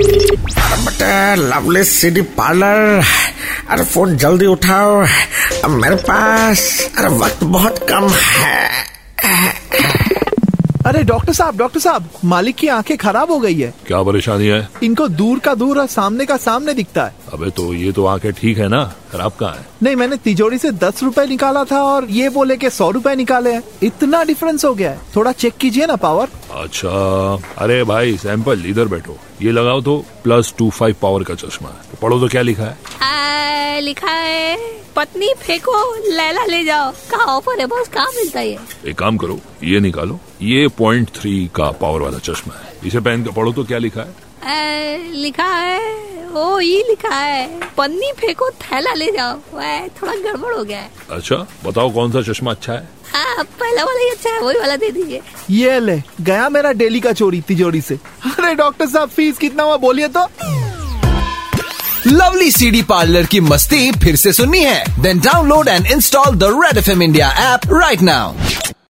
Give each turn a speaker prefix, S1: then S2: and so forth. S1: But lovely city parlour अरे phone जल्दी उठाओ अब मेरे पास अरे वक्त बहुत कम है
S2: अरे डॉक्टर साहब डॉक्टर साहब मालिक की आंखें खराब हो गई है
S3: क्या परेशानी है
S2: इनको दूर का दूर और सामने का सामने दिखता है
S3: अबे तो ये तो आंखें ठीक है ना खराब कहाँ है
S2: नहीं मैंने तिजोरी से दस रुपए निकाला था और ये बोले के सौ रुपए निकाले हैं इतना डिफरेंस हो गया है थोड़ा चेक कीजिए ना पावर
S3: अच्छा अरे भाई सैंपल इधर बैठो ये लगाओ तो प्लस टू फाइव पावर का चश्मा है तो पढ़ो तो क्या लिखा है
S4: आ, लिखा है पत्नी फेंको लैला ले जाओ का ऑफर है बॉस कहाँ मिलता है ये?
S3: एक काम करो ये निकालो ये पॉइंट थ्री का पावर वाला चश्मा है इसे पहन के पढ़ो तो क्या लिखा है
S4: आ, लिखा है ओ ये लिखा है पन्नी फेंको थैला ले जाओ वै, थोड़ा गड़बड़ हो गया है
S3: अच्छा बताओ कौन सा चश्मा अच्छा है
S4: आ, पहला वाला ही अच्छा है वही वाला दे दीजिए
S2: ये ले गया मेरा डेली का चोरी तिजोरी से अरे डॉक्टर साहब फीस कितना हुआ बोलिए तो
S5: लवली सीडी पार्लर की मस्ती फिर से सुननी है then download and install the Red F India app right now